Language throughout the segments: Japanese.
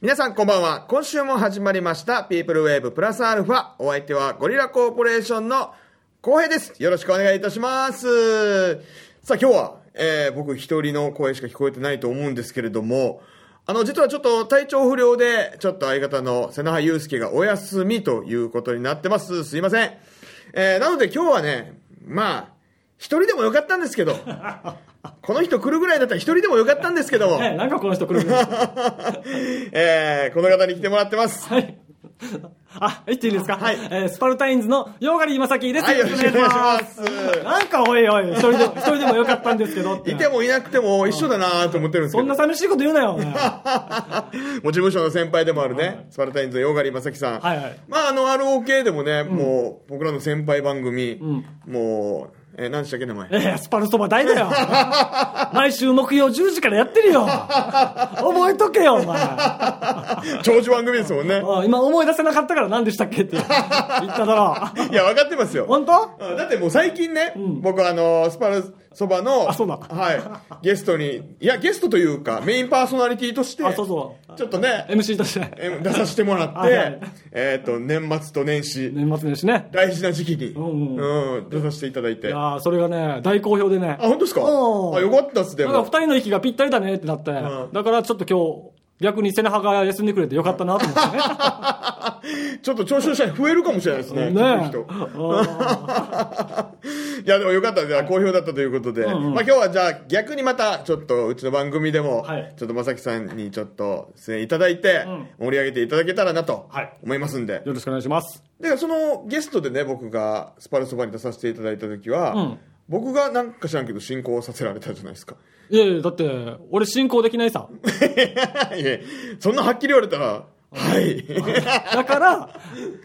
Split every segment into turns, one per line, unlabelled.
皆さんこんばんは。今週も始まりました、ピープルウェーブプラスアルファ。お相手はゴリラコーポレーションの浩平です。よろしくお願いいたします。さあ今日は、えー僕一人の声しか聞こえてないと思うんですけれども、あの、実はちょっと体調不良で、ちょっと相方の瀬名葉祐介がお休みということになってます。すいません。えーなので今日はね、まあ、一人でもよかったんですけど、この人来るぐらいだったら一人でもよかったんですけども、
えなんかこの人来るんですか
えーこの方に来てもらってます。
はい。あ、言っていいですか
はい
えースパルタインズのヨーガリーまさきです。
はいよろしくお願いします
よろしくお願いしますなんかおいおい、一人 でも、一人でもよかったんですけどって。
いてもいなくても一緒だなと思ってるんです
そ
け
ん
ど、
な
も
寂しいこと言うなよ、お前
う事務所の先輩でもある
はい
ね、スパルタインズのヨガリ正樹さん。
はいはい
まあ、あの、ROK でもね、もう、僕らの先輩番組、
ん
もう、えー何でしたっけ、名 前。
えースパルそば大だよ。毎週木曜10時からやってるよ。覚えとけよ、お前。あ
長寿番組ですも んね。
今思い出せなかったから何でしたっけって言っただろ。
いや、分かってますよ。
本当
うんだってもう最近ね、
ん
僕あのスパルそばの
あそうだ
はい、ゲストにいやゲストというかメインパーソナリティとして
あ、そうそう。
ちょっとね
MC として。
え出させてもらって、
はいはい
えっ、と年末と年始
年末年始ね。
大事な時期に、
うんう
うん出させていただい
い
て
や
あ
ーそれがね、大好評でね。
本当ですかあ
うん
よかったっすで
だから
も
二人の息がぴったりだねってなって、
うん
だからちょっと今日、逆に背中が休んでくれてよかったなと思ってね。
ちょっと聴衆者増えるかもしれないですね
ね
聞く人
あ
いやでもよかったじゃあ好評だったということで、
んうん
まあ、今日はじゃあ逆にまたちょっとうちの番組でも、
はい
ちょっと正樹さんにちょっと出演いただいて、
うん
盛り上げていただけたらなと
はい
思いますんで、
ーよろしくお願いします。
でそのゲストでね僕がスパルそばに出させていただいた時は、
うん
僕がなんか知らんけど進行させられたじゃないですか
いやいや、だって、俺進行できないさ。
いやそんなはっきり言われたら はい
だから、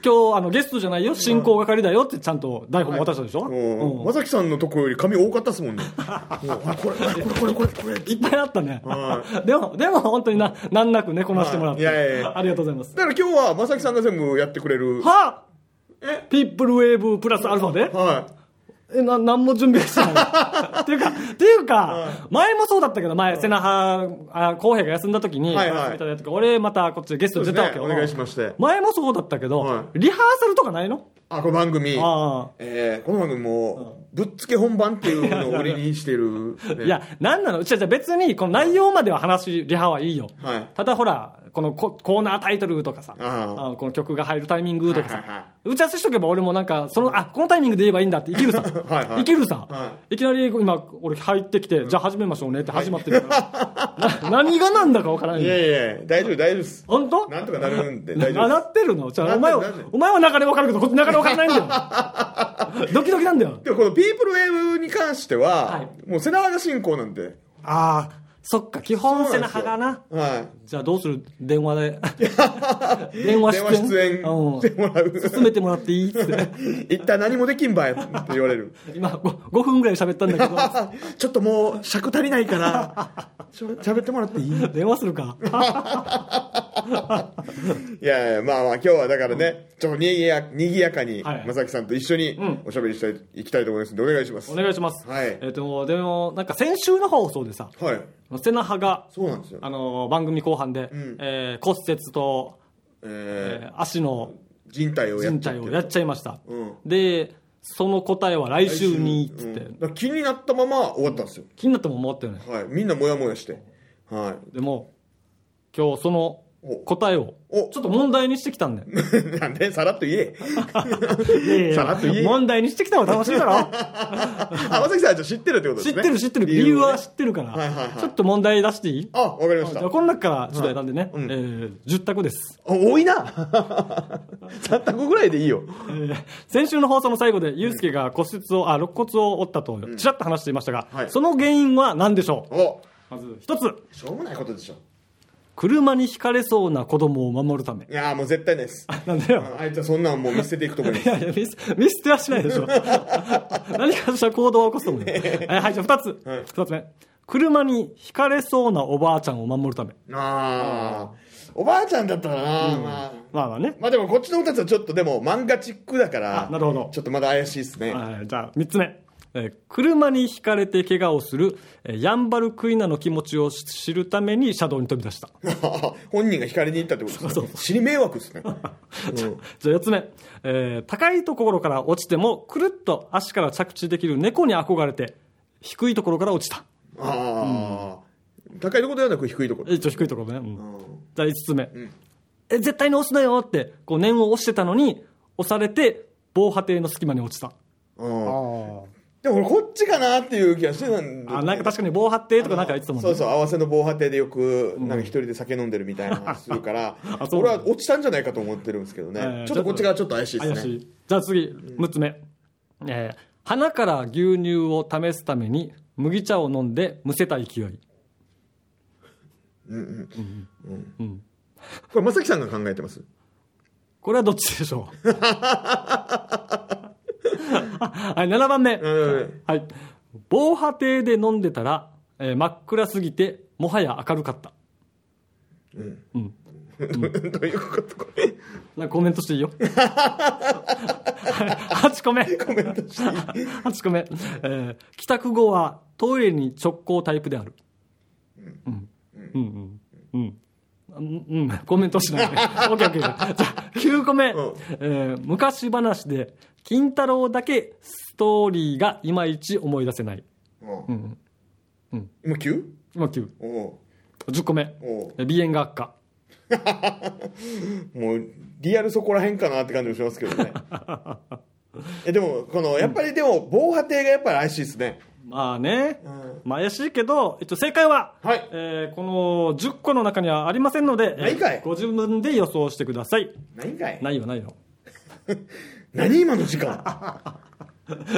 今日、あの、ゲストじゃないよ、進行係だよってちゃんと台本渡したでしょ、
もう
うん
まさきさんのとこより髪多かったっす もんねもうあこれこれこれこれこれ
いっぱいあったね
は。
でも、でも本当にな、難なくね、こなしてもらって。
はいいやいやいや
ありがとうございます。
だから今日はまさきさんが全部やってくれる
は
え
ピップルウェーブプラスアルファで
はい
え、な、なんも準備して ない。っていうか、っていうか、前もそうだったけど、前、瀬名葉、浩平が休んだ時に、
はいはい
お休みただいた時俺、またこっちでゲスト出たわけよ。
そうですねお願いしまして
前もそうだったけど、
は
リハーサルとかないの
あこの番組
あ
えーこの番組もぶっつけ本番っていうのを売りにして る、
あ。
ね
いや、なんなのうちはじゃあ別に、この内容までは話、リハはいいよ。
はい
ただほら、このココーナータイトルとかさ、
ああ
あのこの曲が入るタイミングと
は
か
いはいはい
さ、打ち合わせしとけば俺もなんか、その、あ、このタイミングで言えばいいんだって、いけるさ。
はいはい
いけるさ、、
はい
きなり今、俺入ってきて、じゃあ始めましょうねって始まってるか ら、な何がなんだかわからない
いやいや大丈夫大丈夫です
本当
なんとかなるんで
な
大丈夫
な
で
ってるのじゃあお
な
前
ってるな
は
ってる、
お前は流れわかるけど、こっち流れわからないんだ よ。ドキドキなんだよ
す。でもこのピープルウェーブに関しては、
はい
もう背中が進行なんで
ああ、そっか、基本背中がな。
はい
じゃあどうする電 話で。電話
電話
出演。
出演
うん
してもらう
進めてもらっていいっつって。
一体何もできんばいって言われる
今5、5分ぐらい喋ったんだけど。
あちょっともう尺足りないからしゃ喋ってもら っていい
電話するか。
いやいやまあまあ今日はだからね、ちょっとにぎやにぎやかに
はい
正樹さんと一緒に
ん
おしゃべりしたい、いきたいと思いますんでお願いします
お願いします。
はい
えっ、と、でも、なんか先週の放送でさ、
はい
瀬名葉が、
そうなんですよ
あのー番組後半で、
ん
えー骨折と、
え
えー足の
ー、人体をやっ
靭
ちゃっ
帯
て
をやっちゃいました。
うん
で、その答えは来週に、つって、
うんだから気になったまま終わったんですよ、
気になっても思ったよね。
はいみんなモヤモヤしては
でも、今日その
お
答えを、ちょ
お
っと問題にしてきたんだよ。
い なんでさらっと言え
いやいや
さらっと言え
問題にしてきた方が楽しい だろ。
あ正樹さんはじゃあ知ってるってことで
知っ
すね
てる知ってる。理由
を
は
ね
知ってるから、
はいはいはい
ちょっと問題出していい
あわかりまし
じ
た
ゃあこの中からちょっと選んでね、
うん
えー10択です。
お多いな 3択ぐらいでいいよ
えー先週の放送の最後で、ユうスケが骨折を、あ、肋骨を折ったと、ちらっと話していましたが、
はい
その原因は何でしょう
お
まず、一つ、
しょうもないことでしょ
車にひかれそうな子供を守るため。
いやーもう絶対ないです
なんだよ。
ああいつはそんなんもう見捨てていくと思いま
い
す
やいや、見捨て見捨てはしない でしょ。何かした行動を起こすと思うよ。えーはい、じゃあ二つ
はい。
二つ目。車にひかれそうなおばあちゃんを守るため。
ああおばあちゃんだったらな、まあ
まあまあね。
まあでもこっちの歌たちはちょっとでも漫画チックだか
あ
ら
なるほど
ちょっとまだ怪しいですね
はいじゃあ三つ目。えー車にひかれて怪我をする、えーヤンバルクイナの気持ちを知るために車道に飛び出した。
本人が光に行ったってことですね。死に迷惑 ですね。うん
じゃあ4つ目、えー高いところから落ちてもくるっと足から着地できる猫に憧れて低いところから落ちた
ああ、高いところではなく低いところ。
一応低いところね、うん
うん
じゃあ5つ目、え絶対に押すなよってこう念を押してたのに押されて防波堤の隙間に落ちた
うん
あ
でも俺こっちかなっていう気がしてたんだ
なんか確かに防波堤とかなんか言ってたもん
そう
ね
そう合わせの防波堤でよくなんか一人で酒飲んでるみたいな話するから
あそう
俺は落ちたんじゃないかと思ってるんですけどね、
ええ
ちょっとこっち側ちょっと怪しいで
怪
す
し
ね
いじゃあ次6つ目、えー鼻から牛乳を試すために麦茶を飲んでむせた勢い
これ正樹さんが考えてます
これはどっちでしょ うはい、7番目。
ん
はい。防波堤で飲んでたら、えー真っ暗すぎて、もはや明るかった。
どういうことこれ
なんかコメントしていいよ。8個目。コメントしていい ?8 個目。えー帰宅後はトイレに直行タイプである。うん。うん。うん。うん。うん。コメントしない。オッケーオッケー。じゃあ、9個目。
うん
えー昔話で、金太郎だけストーリーがいまいち思い出せない。
うん
うん
今 9?
今9。
おう
10個目。
おう
えー鼻炎が悪化。
もうリアルそこら辺かなって感じもしますけど ねえでもこのやっぱりでも防波堤がやっぱり怪しいですね
まあね、
うん
まあ怪しいけど、えっと、正解は、
はい
えーこの10個の中にはありませんので、えー
ないかい
ご自分で予想してください。
何かい
ないよ、ないよ。
何今の時 間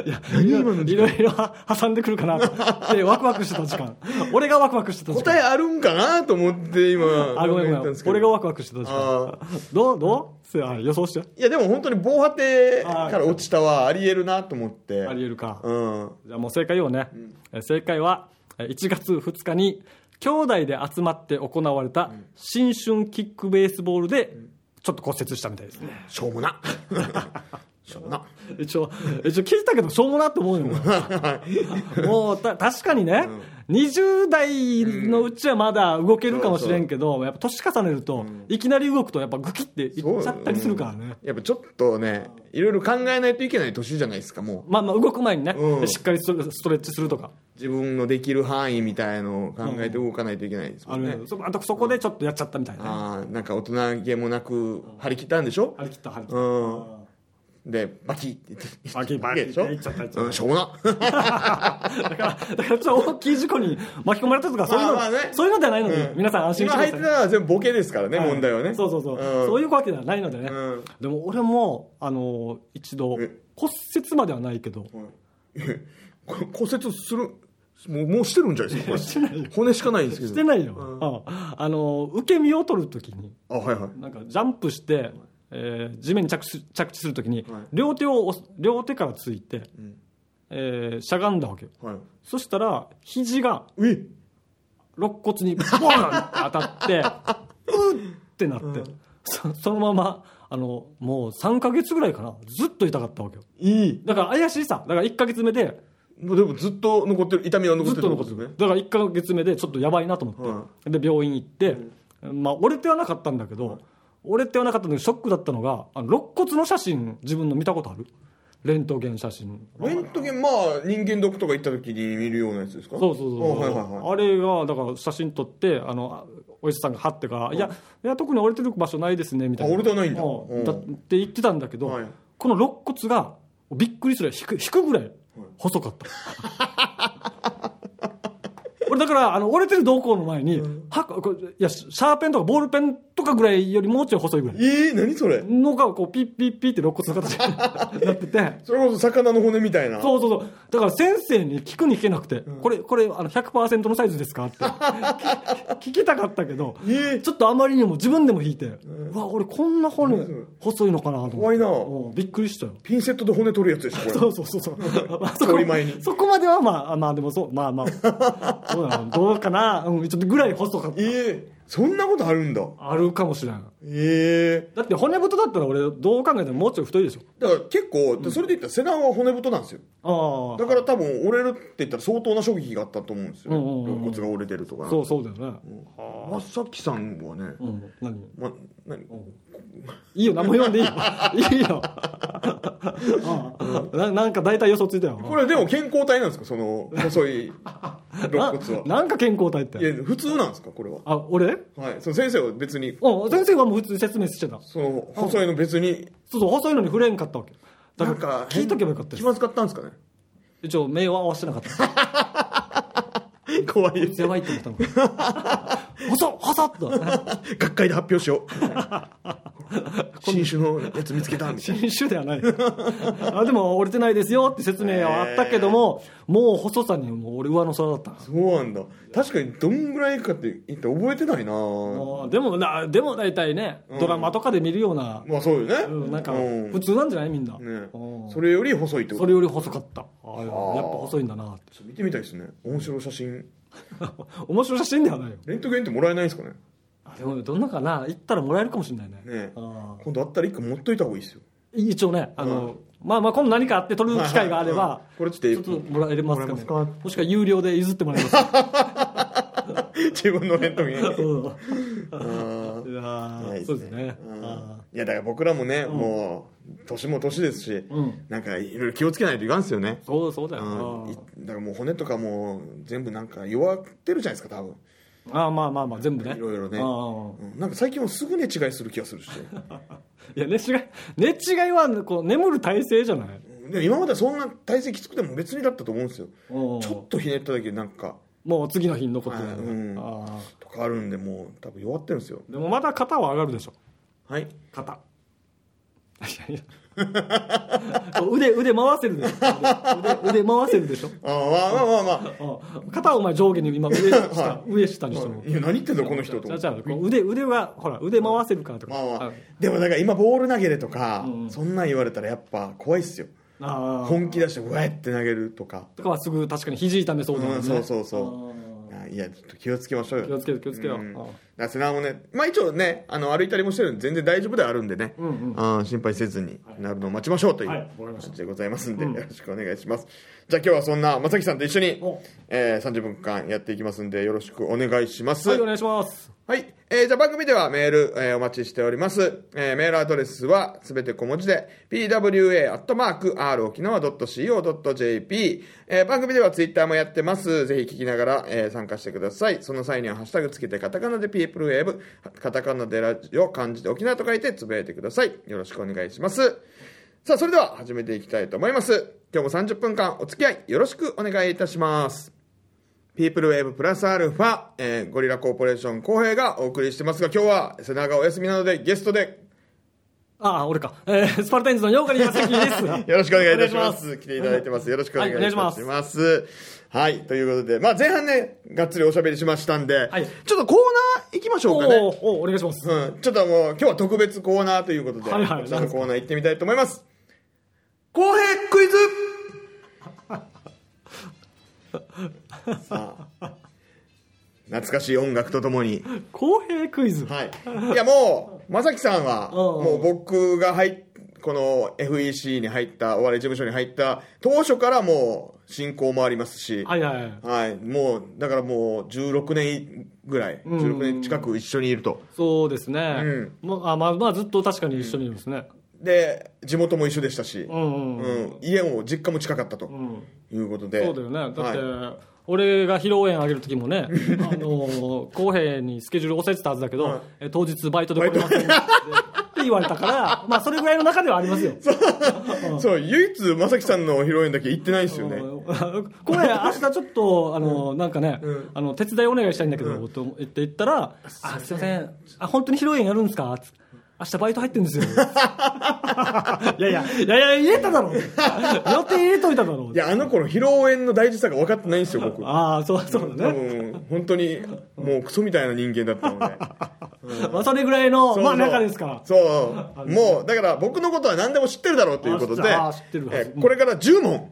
いや、
何
いろ
今の
いろいろは挟んでく るかなと。で、ワクワクしてた時間。俺がワクワクしてた時間。
答えあるんかなと思って今
あ、ごめん
考え
ご
た
めん
です。けど
俺がワクワクしてた時
あ
間。どうどうせや予想して。
いやでも本当に防波堤から落ちたはありえるなと思って
ありえるか。
うん
じゃあもう正解言おうね。えー正解は、えー1月2日に、兄弟で集まって行われた新春キックベースボールで、ちょっと骨折したみたいですね。
しょうも なしょうもな
一応、一応聞いたけど、しょうもなって思うよ。 もう、た、確かにね、20代のうちはまだ動けるかもしれんけど、やっぱ年重ねると、いきなり動くと、やっぱグキっていっちゃったりするからね。
やっぱちょっとねいろいろ考えないといけない年じゃないですかもう
まあまあ、動く前にね、
うん
しっかりストレストレッチするとか、
自分のできる範囲みたいのを考えて動かないといけないですも
あ
んね、
る、そあとそこでちょっとやっちゃったみたいなね。
ああなんか大人げもなく張り切ったんでしょ
張り切った、張り切
う
っ
んでバキって言って
た。バキバキ
でしょ
いっちゃった、いっちゃ
う
っ
んしょうもな
た。だから、だからちょっと大きい事故に巻き込まれたとか、そういうの、
まあまあね
そういうのではないので、
うん
皆さん安心し
今
てく
入っ
ださい
て。たのは全部ボケですからね、問題はね
そうそうそう、
ん
そういうわけではないのでね、
うん
でも俺もあの一度
え
骨折まではないけど
こ骨折するもうもうしてるんじゃないですかこれ
してないよ
骨しかないんですけど
してないよ、
うん
ああの受け身を取るときに
あはいはい
なんかジャンプして、えー地面に着地着地するときに、
はい
両手を押す両手からついて、
ん
えーしゃがんだわけよ
はい
そしたら肘が
うい
肋骨にボーンって当たって、うーってなって、そそのまま、あの、もう3ヶ月ぐらいかな、ずっと痛かったわけよ。
いい
だから怪しいさ。だから1ヶ月目で、
もうでもずっと残ってる痛みは残っ
ずってと
る
残ってる。だから1ヶ月目でちょっとやばいなと思って、
は
で、病院行って、まあ、折れてはなかったんだけど、折れてはなかったんだけど、ショックだったのが、あの肋骨の写真、自分の見たことあるレントゲン写真。
レントゲンまあ人間ドックとか行った時に見るようなやつですか
そうそうそう、
あはいはいはい
あれがだから写真撮ってあのあお医者さんが貼ってから「いやいや特に折れてる場所ないですね」みたいな
あ折れてないんだ
う
うん
だって言ってたんだけど、
はい
この肋骨がびっくりする引く引くぐらい細かった、 俺だからあの折れてる動向の前に、はこれいやシャーペンとかボールペンとかぐらいよりもうちょい細いぐらい
えー、何それ
のがこうピッピッピッって肋骨の形になってて
それこそ魚の骨みたいな
そうそうそう。だから先生に聞くに聞けなくて、これ、これ、あの、100%のサイズですかって。 き聞きたかったけど、
ええ
ちょっとあまりにも自分でも引いて、うわ、俺こんな骨
ん
細いのかなと思って。
怖いな
うんびっくりしたよ。
ピンセットで骨取るやつでしょこれ
そうそう そうそう。まあそ
通
こ
り前に
そこまではまあ、あまあでもそう、まあまあ、そうだなどうかな、うん、ちょっとぐらい細かった。
ええそんなことあるんだ。
あるかもしれん
ええ
だって骨太だったら俺どう考えてももうちょい太いでしょ
だから結構、それで言ったらセダンは骨太なんですよ。
あ
だから多分折れるって言ったら相当な衝撃があったと思うんですよね。
うんうんうん
肋骨が折れてるとか。
あそうそうだよね、
まさきさんはね、
うん、何
ま、何
いいよ名前呼んでい いよいいよああななんか大体予想ついたよ
これでも健康体なんですかその細い肋
な
骨は。
なんか健康体っ
い
て
や、普通なんですかこれは。
あ俺
はい。その先生は別に、
うん先生がもう普通に説明してた
その細いの別に、
そうそう細いのに触れんかったわけだ
なん
から
か、
聞いとけばよかった
気
よ
まずかったんですかね
一応目を合わせてなかった
怖い。
やばいって思ったのか細っ細っと
学会で発表し よう新種のやつ見つけたみたいな
新種ではないあでも折れてないですよって説明はあったけども、もう細さにもう俺上の空だったな
そうなんだ確かにどんぐらいかって言って覚えてないな
あーでもなでも大体ね、ドラマとかで見るような、
まあそうよね、
うんなんか
うん
普通なんじゃないみんな、
ね
うん、
それより細いってこ
そ
と
れより細かったあーやっぱ細いんだなって
見てみたいですね面白い写真
面白い写真ではないよ
レントゲンってもらえないんですかね
あでもどんなかな行ったらもらえるかもしれないね
ね
あ
今度あったら一個持っといた方がいいです よ
ー一応ねあの、まあまあ今度何かあって撮る機会があれば、
はいはいうん これちょっと
ちょっともらえま
も
すかね
らえますか
もしくは有料で譲ってもらえま すか
自分のレントゲン
うん
あー
いやー
ない
そうですね。
うん
あ
いやだから僕らもね、もう年も年ですし、
ん
なんかいろいろ気をつけないといかんですよね
ーそうそうだよ。
うんい
あ
だからもう骨とかもう全部なんか弱ってるじゃないですか多分、
ーあーまあまあまあ全部ね。
いろいろね
あー
うんなんか最近もすぐ寝違いする気がするし
いや寝違い寝違いはこう眠る体勢じゃない。
でも今まではそんな体勢きつくても別にだったと思うんですよ
ちょ
ちょっとひねっただけでなんか
もう次の日に残ってる
はいうん
あー
とかあるんでもう多分弱ってるんですよ
でもまだ肩は上がるでしょ。
はい
肩。いやいやこう 腕腕回せるでしょ。腕腕回せるでしょ。
あーまあまあまあま
あー肩はお前上下に今上下上下にしても
あ。いや何言ってんだこの人と思
じ
っ
ゃ
て
あじゃあこう腕腕はほら腕回せるからとか。
まあまあ
あ
でもだから今ボール投げれとか、
うん
そんなん言われたらやっぱ怖いっすよ
あー
本気出してうわえって投げるとか
とかはすぐ確かに肘痛めそうだもんね、
うんそうそうそう
あ
あいやちょっと気をつけましょうよ
ー気をつけよう気をつけよう、
うんだ
あー
からセナもね、まあ、一応ねあの歩いたりもしてるんで全然大丈夫ではあるんでね、
うんうん
あー心配せずになるのを待ちましょうという
はいわかりました
形でございますんで、よろしくお願いしますじゃあ今日はそんな正木さんと一緒に
お、
えー30分間やっていきますんでよろしくお願いします
はいお願いします
はい。えーじゃあ番組ではメール、えーお待ちしております。えーメールアドレスはすべて小文字で、pwa.rokinawa.co.jp。えー番組ではツイッターもやってます。ぜひ聞きながら、えー参加してください。その際にはハッシュタグつけて、カタカナで peoplewave、カタカナでラジオ、漢字で沖縄と書いてつぶやいてください。よろしくお願いします。さあ、それでは始めていきたいと思います。今日も30分間お付き合いよろしくお願いいたします。ピープルウェーブプラスアルファ、えーゴリラコーポレーション浩平がお送りしてますが、今日は背中お休みなのでゲストで
ああ俺か、えー、スパルタインズのヨーカリマセキです
よろしくお願いいたしま
お願
す。
いし
来ていただいてます。よろしくお願いいたします。
はい
は
お
い、ということで、まあ前半ね、がっつりおしゃべりしましたんで、
はい
ちょっとコーナー行きましょ
お
うかね。
ーおーお願いします、
うん、ちょっともう今日は特別コーナーということで、
はいはい
こちらのコーナー行ってみたいと思います。浩平クイ ズさあ、懐かしい音楽とともに、
公平クイズ、
はい、いやもう正樹さんは
うん
もう僕が入っこの FEC に入ったお笑い事務所に入った当初からもう進行もありますし、
はい、はいはい
はいもうだからもう16年ぐらい16年近く一緒にいると
そうですね、
うん
まあまあまあずっと確かに一緒にいますね
で地元も一緒でしたし、
うんうんうん、
うん家も実家も近かったということで、
そうだよねだって、
はい
俺が披露宴あげる時 もね、あのー公平にスケジュール教えてたはずだけど、
はい
え当日バイトで来れませんってって言われたから、まあそれぐらいの中ではありま すよ。
そう唯一正樹さんの披露宴だけ行ってないんですよね、
これ明日ちょっとあのなんかね、あの手伝いお願いしたいんだけど、と言って言ったら「あすいませんあ本当に披露宴やるんですか?」つ明日バイト入ってるんですよ。 いやいや、いやいや、入れただろ。予定入れといただろ
い。やあの頃披露宴の大事さが分かってないんですよ僕
ああ、そうそうだ
多
ね。
分本当にもうクソみたいな人間だったので
まあ、それぐらいの、
そう
ま
そう
あ、中ですから。
そうもうだから僕のことは何でも知ってるだろうということで
あ知ってるあ知ってるはず
えこれから10問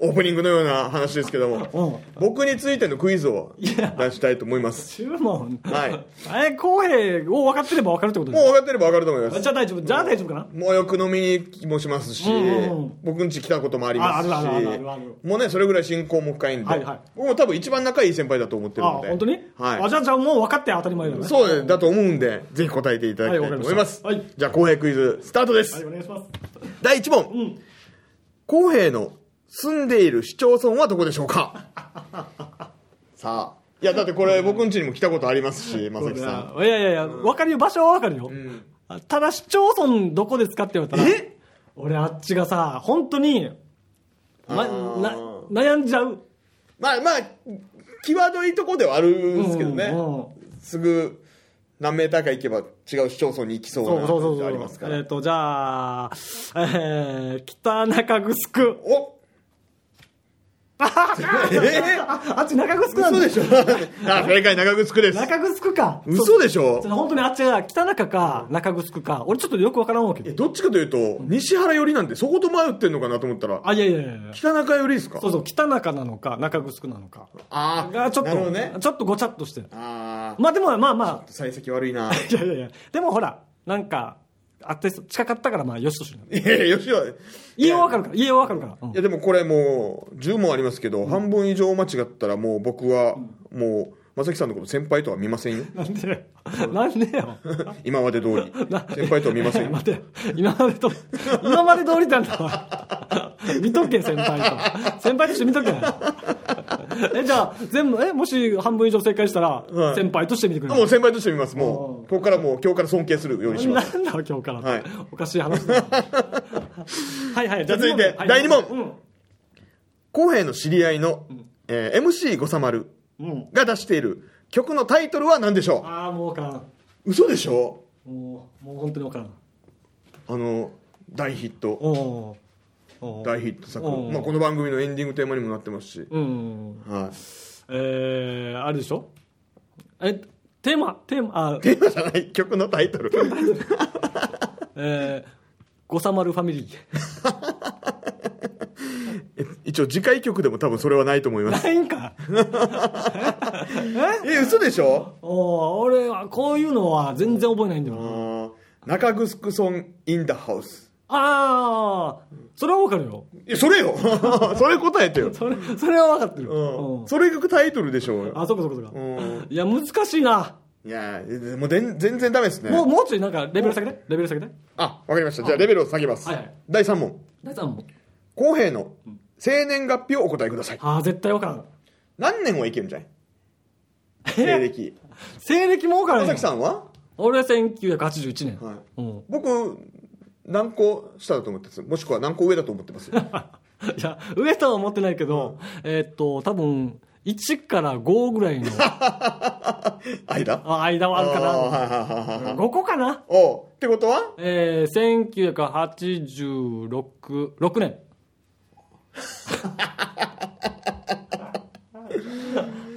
オープニングのような話ですけど も、
う
僕についてのクイズを出したいと思います。
注文
はい
え公平を分かってれば分かるってこと
もう
で
分かってれば分かると思いますす
じ。ゃあ大丈夫じゃあ大丈夫かな
もうよく飲みに行きもしますし、
うんうんうん
僕ん家来たこともありますし
ああるあるあるある
もうねそれぐらい親交も深いんで、
はいはい
僕も多分一番仲いい先輩だと思ってる
あ
ので
本当に、あ
はい
じゃあじゃあもう分かって当たり前だね
そうねだと思うんでぜひ答えていただきたいと思います、
はいわかりました
じゃあ公平クイズスタートです、
はいお願いします
第1問、
ん
公平の住んでいる市町村はどこでしょう かさあいやだってこれ僕ん家にも来たことあります し正
い
木さん
やいやいや分かるよ場所は分かるよ、あただ市町村どこですかって言われたら
え
俺あっちがさ本当に、ま、
あー
な悩んじゃう
まあまあ際どいとこではあるんですけどね、
うんうん
すぐ何メーターか行けば違う市町村に行きそう
そう
な
そうそう
感
そ
じ
う
ありますか
えっ、
ら
とじゃあ、えー、北中城
おえ
ああっち中城な
嘘
んだ
でしょあ正解長靴区です
中城か
嘘でしょ
そう本当にあっちが北中か中城か俺ちょっとよく分からんわけ
えどっちかというと西原寄りなんでそこと迷ってんのかなと思ったら
あいやいやいやいや
北中寄りですか
そうそう北中なのか中城なのか
あ
が
あ
ちょっ
なるほど
と、
ね
ちょっとごちゃっとしてる
ああ
まあでもまあま
幸先悪いな
あいやいやいやでもほらなんかあって近かったからまあよしとしない
いやいや吉はい
家は分かるから家は分かるから、うん
いやでもこれもう10問ありますけど、半分以上間違ったらもう僕はもう正木さんのこと先輩とは見ませ んよ
なんでよなんでよ
今まで通り先輩とは見ませんよ
待て今までと今まで通りなんだわ見とけ先輩と先輩として見とけえじゃあ全部えもし半分以上正解したら、
はい
先輩として見てくれ
も
る
う先輩として見ます。
う
も
ん
う、ここからもう、今日から尊敬するようにし
な
ま
ん
す。
だわ今日から、
はい
おかしい話だはいはい
じゃあ続いて
は
第二問
うん
浩平の知り合いの、えー MC530
うん、
が出している曲のタイトルは何でしょ
ああもう分からん
う嘘でしょ
もうもう本当に分からん
あの、大ヒット、
おおお
大ヒット作。
うん
まあ、この番組のエンディングテーマにもなってますし。
うん
は
えー、あれでしょえテーマテーマあ
い。テーマじゃない、曲のタイト ル。
えー、ごさまるファミリー
え一応、次回曲でも多分それはないと思います。
ないんかえ
え、嘘でしょ
おー俺はこういうのは全然覚えないんだよな
あー中城村 in the house。
ああそれは分かるよ
いや、それよ それ答えてよ。
それそれは分かってる、
う
うん
ん。それがタイトルでしょうよ。
あそこそこそこ、
うん
いや難しいな、
いやーもう全全然ダメですね
もうもうちょいなんかレベル下げてレベル下げて
あわかりましたじゃあレベルを下げます、
はいはい
第3問
大さんも
公平の生年月日をお答えください
ああ絶対分からん
何年はいけるんじゃない西
え
暦
西暦も分から
田
んよ
崎さんは、
俺は1981年、
はい、
うん
僕何個下だと思ってますもしくは何個上だと思ってます
いや、上とは思ってないけど、えーっと、多分、1から5ぐ らいの
間
あ間はあるか
あー
な。
はいはいはいはい
5個かな
おうってことは
えー、1986、6年。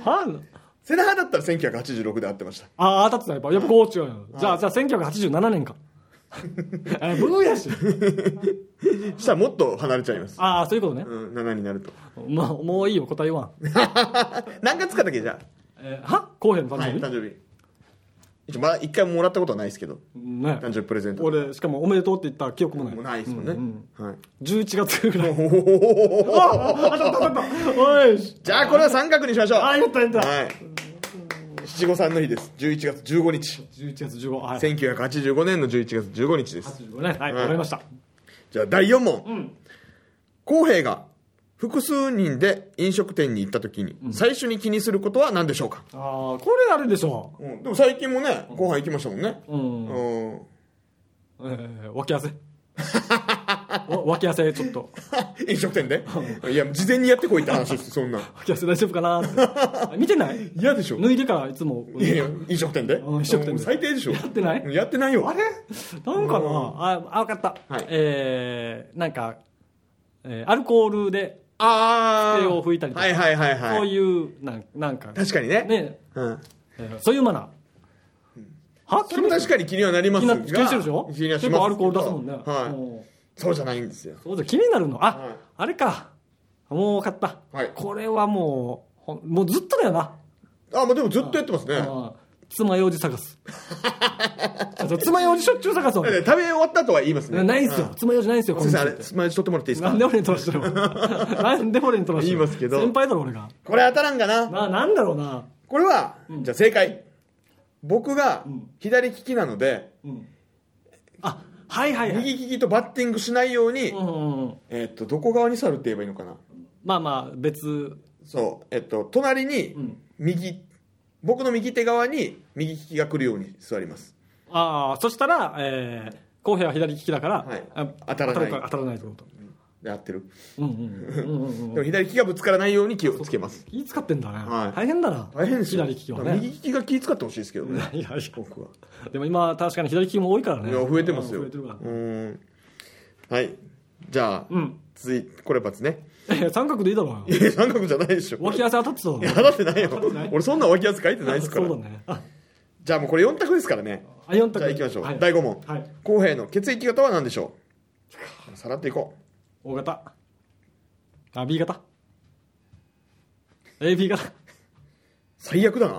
は
瀬那覇だったら1986で合ってました
ああ、当たってた、やっぱ。やっぱ5違うよ。じゃあ、じゃあ1987年か。 えブーやし。
したらもっと離れちゃいます、
ああ、そういうことね
う。ん、7になると
まあ、もういいよ、答えは。
何月かだっけじゃ
えーは後編の
あ、
誕
はい、
生日、
誕生日一応まだ一回ももらったことはないですけど
ね
誕生日プレゼント
俺、しかもおめでとうって言った記憶もない。
もうないですもんね、はい、
11月ぐらい。
おー
おいし
じゃあこれは三角にしましょう
あ、やったやった。
はい七五三の日です11月15日
11月15、はい。
1985年の11月15日です
85ね。はい、わかりました。
じゃあ第4問浩、平が複数人で飲食店に行った時に最初に気にすることは何でしょうか、
ああ、これあれでしょう。
うんでも最近もねご飯行きましたもんね
うん。
うん
えー、脇汗。わ脇汗、ちょっと。
飲食店でいや事前にやってこいって話ですそんなん
脇汗大丈夫かなって。見てない
嫌でしょ
脱いでからいつも。
いやいや飲食店で
ん飲食
う
店で
ん最低でしょやって
ない
やってないよ
あれなんかなあ、あ、わかった。
はい
えー、なんか、えー、アルコールで、
ああ
手を拭いたりとか
はいはいはいはい
そういう、なんなんか、
確かにね
ね、
うん
えーそういうマナー。は
それも確かに気にはなります
気に
が
な気にしてるでしょ
気にはします
結構アルコール出すもんね、
はい
うん
そうじゃないんですよ
そうだ気になるのあ、
はい
あれか。もう買った。
はい
これはもうほん、もうずっとだよな。
あ、まあ、でもずっとやってますね。
うん爪楊枝探す。 あそう爪楊枝しょっちゅう探すわ
だっ。て食べ終わったとは言いますね。
ないんすよ。爪楊枝ないんすよ。この
先生、あ
店っ
れ、
て
スマイル取ってもらっていいです
な
か
んで俺に取らしてるの なんで俺に取らしてるの
言いますけど
先輩だろ、俺が。
これ当たらんかな。
な、なんだろうな。
これは、じゃあ正解。僕が
ん
左利きなので、
あ、はいはいはい。
右利きとバッティングしないように、
うんうんうん。
えっと、どこ側に去るって言えばいいのかな。
まあまあ、別。
そう。えっと、隣に
ん、
右、僕の右手側に右利きが来るように座ります。
ああ、そしたら、えー、公平は左利きだから、
はい
あ
当たらない
当たるか当たらないってこと。
で、合ってる。
うんうんうんうんうん
でも左利きがぶつからないように気をつけます。
気使ってんだね、
はい
大変だな
大変ですよ。
左利きは
だから
ね
右利きが気使ってほしいですけどね。
いやいや
僕は。
でも今確かに左利きも多いから
い
ね
や、増えてますよ。
増
う
えてるから
ーん。はい。じゃあ、
うん
つい、これ罰ね。
いや三角でいいだろうよ
いや、三角じゃないでしょ。
脇汗当たってただろ
当たってないよ。俺そんな脇汗書いてないですか
そ
ら
う。だねあ
じゃあもうこれ4択ですからね。
あ四
じ
択
ゃあ行きましょう。
はい
第5問。
はい
公平の血液型は何でしょうさらっていこう。
O 型あ B 型 AB 型
最悪だな。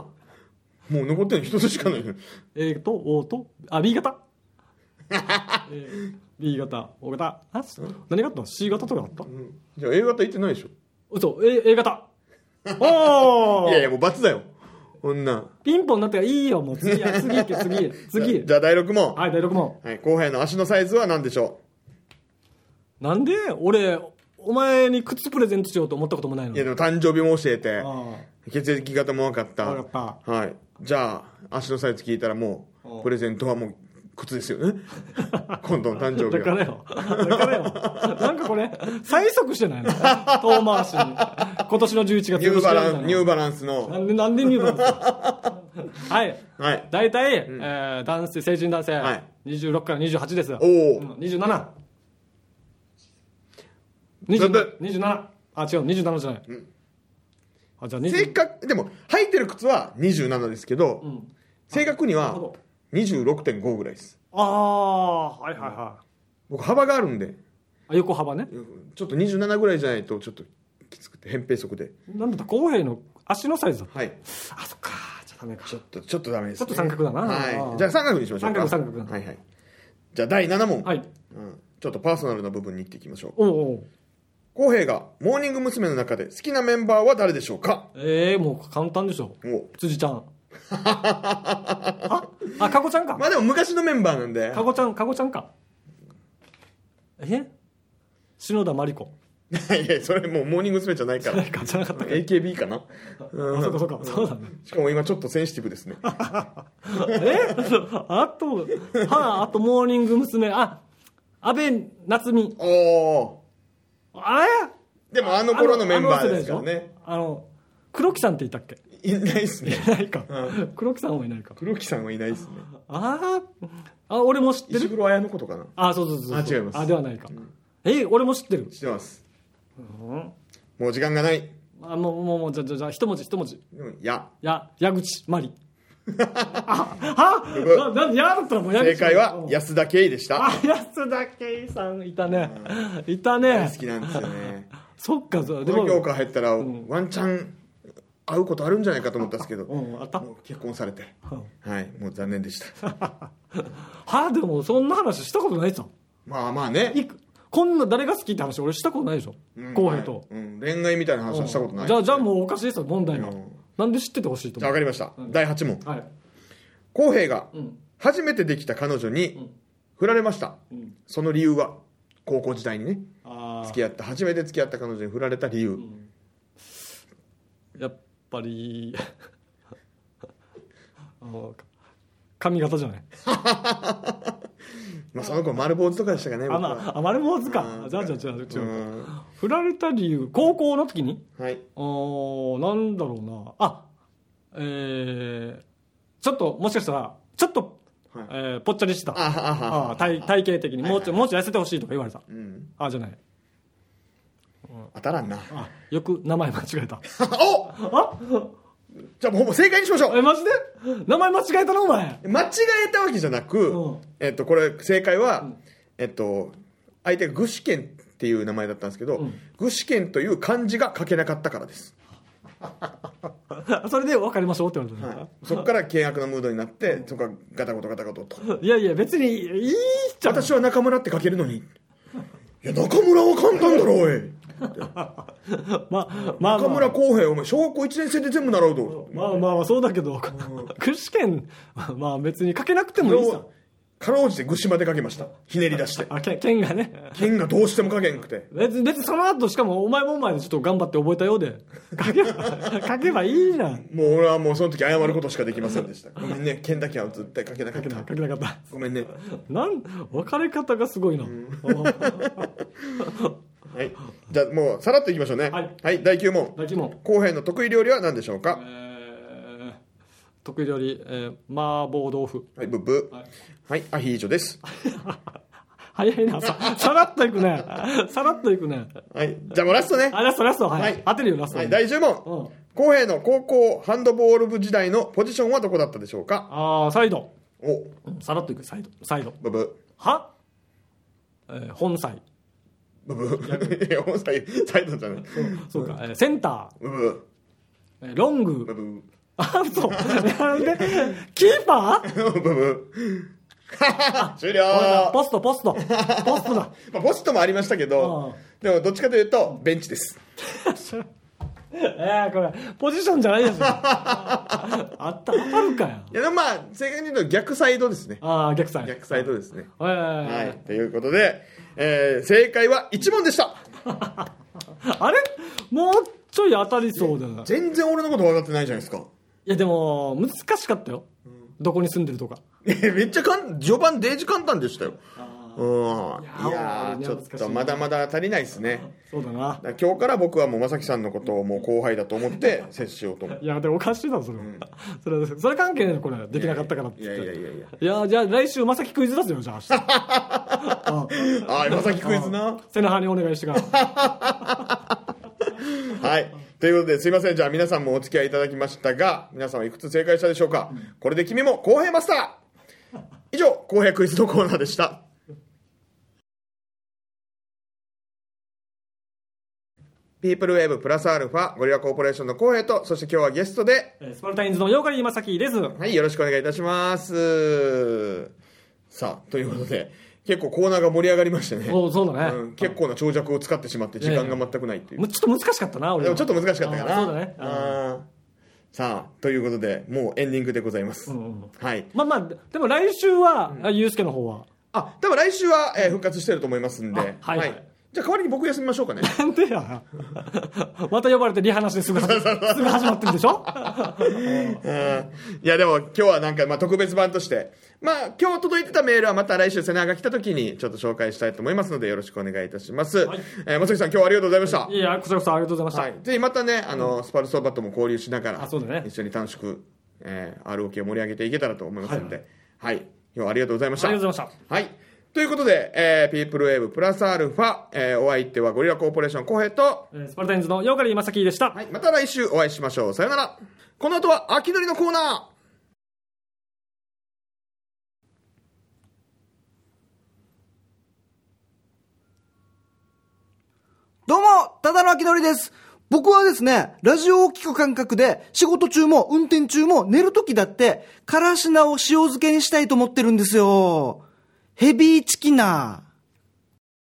もう残ってるの一つしかない。
A と O とあ B 型えー B 型 O 型あそう何があったの C 型とかあった
うんじゃあ A 型言ってないでしょ
嘘 A, A 型お
いやい
ー
や、もう罰だよ。こんなん。
ピンポンになってからいいよもう次や次行け次次
じゃあ第6問。
はい第6問
はい。公平の足のサイズは何でしょ
なんで俺お前に靴プレゼントしようと思ったこともないの
ういや、でも誕生日も教えて。
あ
血液型も分かった。
あ分かっ
はい。じゃあ、足のサイズ聞いたらも
うん
う、プレゼントはもう、靴ですよ ね。今度の誕生
た
日
だか
は。
らよだからよなんかこれ催促してないの遠回しに今年の11月
ニューバランス、ニュー
ー
バランスの。
なんでなんでニューバランスはい
はい。
大体、えー男性成人男性、
はい
26から28です
おお。
2727
なんで
あ違う27じゃない、あじゃあ
正
20
確、でも、履いてる靴は27ですけど、
ん
正確に
な
は
るほ
26.5ぐらいです。
ああはいはいはい
僕、幅があるんで、
あ横幅ね
ちょっと27ぐらいじゃないと、ちょっときつくて、扁平足で。
なんだった公平の足のサイズだった
はい。
あそっかじゃあダメか
ちょっと、ちょっとダメです、
ちょっと三角だな
はい。じゃあ三角にしましょうか。
三角三角
はいはい。じゃあ第7問。
はい
うん。ちょっとパーソナルな部分に行っていきましょう。
おうおう
浩平がモーニング娘。の中で好きなメンバーは誰でしょうか
ええもう簡単でしょ
お
辻ちゃ んああかこちゃんか
まあでも昔のメンバーなんで
かこちゃんかこちゃんかえ篠田真理子
いやそれもうモーニング娘。じゃないから
かじゃなかったっけ
AKB かな、うん
あそっかそっかそうだね
しかも今ちょっとセンシティブ ですね
え あとはああとモーニング娘。あ安倍夏実
おお
あ
ーでもあ
え
の頃のメンバーですからね
あのあの黒木さんっていたっけ
いないですね
いないか、
う
黒木さんはいないか
黒木さんはいないですね
あーあ俺も知って
石
る
黒綾のことかな
あそうそうそうそう
あ違います
あではないか、え俺も知ってる
知ってます、もう時間がない
あもうもうもうじゃじゃじゃ一文字一文字
でもいや
や矢口 まりあはななんでやだったらもう矢口
正解は
うん
安田圭でした
あ安田圭さんいたねいた
大
ね
好きなんですよね
そっかそうで
東京
も
から入ったらワンチャン会うことあるんじゃないかと思ったんですけど
うんあった
もう結婚されて
うん
はいもう残念でした
はでもそんな話したことないぞ
まあまあね
いくこんな誰が好きって話俺したことないでしょ
うん
浩平と
はいうん恋愛みたいな話はしたことない
じ
じ
ゃ
ゃ
あじゃあもうおかしいですよ問題が
うん
なんで知っててほしいと
あ
思
分かりました第8問
うはい
浩平が
うん
初めてできた彼女に振られました
うん
その理由は高校時代にね
あ
付き合った初めて付き合った彼女に振られた理由
あやっぱり あのか髪型じゃない
まあその子丸坊主とかでしたかね
あ
僕は
まあまり坊主
う
か
ん
じゃあじゃあじゃあ
う
違うん振られた理由高校の時に
はい
あーなんだろうなあえー、ちょっともしかしたらちょっと、
はい
えーぽっちゃりした
あははは
あー体体型的にもうちょいもうちょい痩せてほしいとか言われた
うん
あーじゃない
当たらんな
あよく名前間違えた
お
あ
じゃあもうもう正解にしましょう
えマジで名前間違えたなお前
間違えたわけじゃなく、
うん
えっと、これ正解は、えっと、相手が具志堅っていう名前だったんですけど、具志堅という漢字が書けなかったからです。
それで分かりましょうって言われたんですか
そこから険悪なムードになって、そこからガタゴトガタゴトと。
いやいや、別にいいっちゃ
私は中村って書けるのに。いや、中村は簡単だろ、おい。
まあまあ
中
ま
村
あ、
浩平、お前、小学校1年生で全部習うと。
まあまあまあ、そうだけど、 具志堅、まあ別にかけなくてもいいさ。
かろうじて具志まで書けました。ひねり出して。
あ、け剣がね。
剣がどうしても書けんくて。
別に、別にその後、しかもお前もお前でちょっと頑張って覚えたようで。書け ば、書けばいいじゃん。
もう俺はもうその時謝ることしかできませんでした。ごめんね、剣だけは絶対書けなかっ
書
た。
けなかった。
ごめんね。
なん、別れ方がすごいな。
はい。じゃあもう、さらっといきましょうね。
はい
はい、第9問。
だきも。
浩平の得意料理は何でしょうか
えー得意料理、えー、麻婆豆腐。
はい、ブッブ。はい、アヒージョです。
早いな。さ、さらっといくね。さらっといくね。
はい。じゃあもうラストね。
あ、ラストラスト。はい。
はい
当てるよ、ラスト。
はい、第10
うん
問。浩平の高校ハンドボール部時代のポジションはどこだったでしょうか
ああ、サイド。
お、
うんさらっといく、サイド。サイド。
ブブ。
はえー、本菜。
ブブ。 いや、本サイサイドじゃない。
そうか、えーセンタ
ブブ。
ー、えーロング、
ブブ。
あ、そう、なんで、キーパー
ブブ。 終了
ポスト、ポスト、ポストだ。
まあ、ポストもありましたけど、でもどっちかというと、ベンチです。
えー、これ、ポジションじゃないで すよ。あった、当たるかよ。
いや、でもまあ、正確に言うと逆サイドですね。
ああ、逆サイ。
逆サイドですね。
えー
はい。ということで、えー正解は1問でした。
あれもうちょい当たりそうだな。い
全然俺のこと分かってないじゃないですか。
や、でも、難しかったよ。どこに住んでるとか。
えめっちゃかん序盤デージ簡単でしたよ。うん。
ー
いやー、
いや
ちょ
難しい
っ
な
とまだまだ足りないですね。
そうだな。
だから今日から僕はもう正樹さんのことをもう後輩だと思って接しようと 思う。
いや、でもおかしいだろ、それは。それ、それ関係ないの、これ。できなかったからって
い
言
や
っ
い
て。
やいやいや。
いやじゃあ来週まさきクイズ出すよじゃあ
あー、正樹クイズ な。
明日背中にお願いしてから
はい。ということで、すいません。じゃあ皆さんもお付き合いいただきましたが、皆さんはいくつ正解したでしょうか、これで君も公平マスター以上、公平クイズのコーナーでした。ピープルウェーブプラスアルファ、ゴリラコーポレーションの公平と、そして今日はゲストで、
えースパルタインズのヨーカリーまさきです
はい、よろしくお願いいたします。さあ、ということで、結構コーナーが盛り上がりましてね。
おそうだね、
うん結構な長尺を使ってしまって時間が全くないっていう。
むちょっと難しかったな俺
でもちょっと難しかったかな。
あーそうだね
あーさあ、ということで、もうエンディングでございます。
んうん
はい。
まあまあでも来週は、あゆうすけの方は
あ、多分来週は、えー復活してると思いますんで。
あはいはい
じゃあ代わりに僕休みましょうかね。
なんでやまた呼ばれてリハなしですぐ始ますぐ始まってるでしょ
うんいや、でも今日はなんか、まあ、特別版として、まあ、今日届いてたメールはまた来週セナが来た時にちょっと紹介したいと思いますので、よろしくお願いいたします。
はい
えー松崎さん、今日はありがとうございました。
いやこちらこそありがとうございました、
はい、ぜひまたね、あのスパルソーバとも交流しながら、
あそうだね
一緒に楽しく、えー、ROK を盛り上げていけたらと思いますので、はい、今日はありがとうございました。
ありがとうございまし
はい、ということで、えー、ピープルウェーブプラスアルファ、えーお相手はゴリラコーポレーション浩平と、
えースパルタインズのヨーカリーまさきでした、
はい、また来週お会いしましょう。さよなら。この後は秋鳥のコーナー。
どうも、ただのあきのりです。僕はですね、ラジオを聞く感覚で、仕事中も運転中も寝る時だって、からしなを塩漬けにしたいと思ってるんですよ。ヘビーチキナー。